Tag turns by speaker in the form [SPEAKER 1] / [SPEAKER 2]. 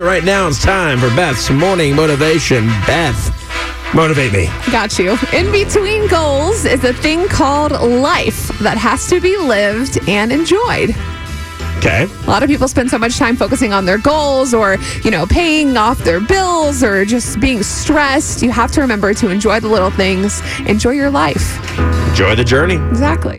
[SPEAKER 1] Right now it's time for Beth's morning motivation. Beth, motivate me.
[SPEAKER 2] Got you. In between goals is a thing called life that has to be lived and enjoyed.
[SPEAKER 1] Okay.
[SPEAKER 2] A lot of people spend so much time focusing on their goals or, you know, paying off their bills or just being stressed. You have to remember to enjoy the little things, enjoy your life.
[SPEAKER 1] Enjoy the journey.
[SPEAKER 2] Exactly.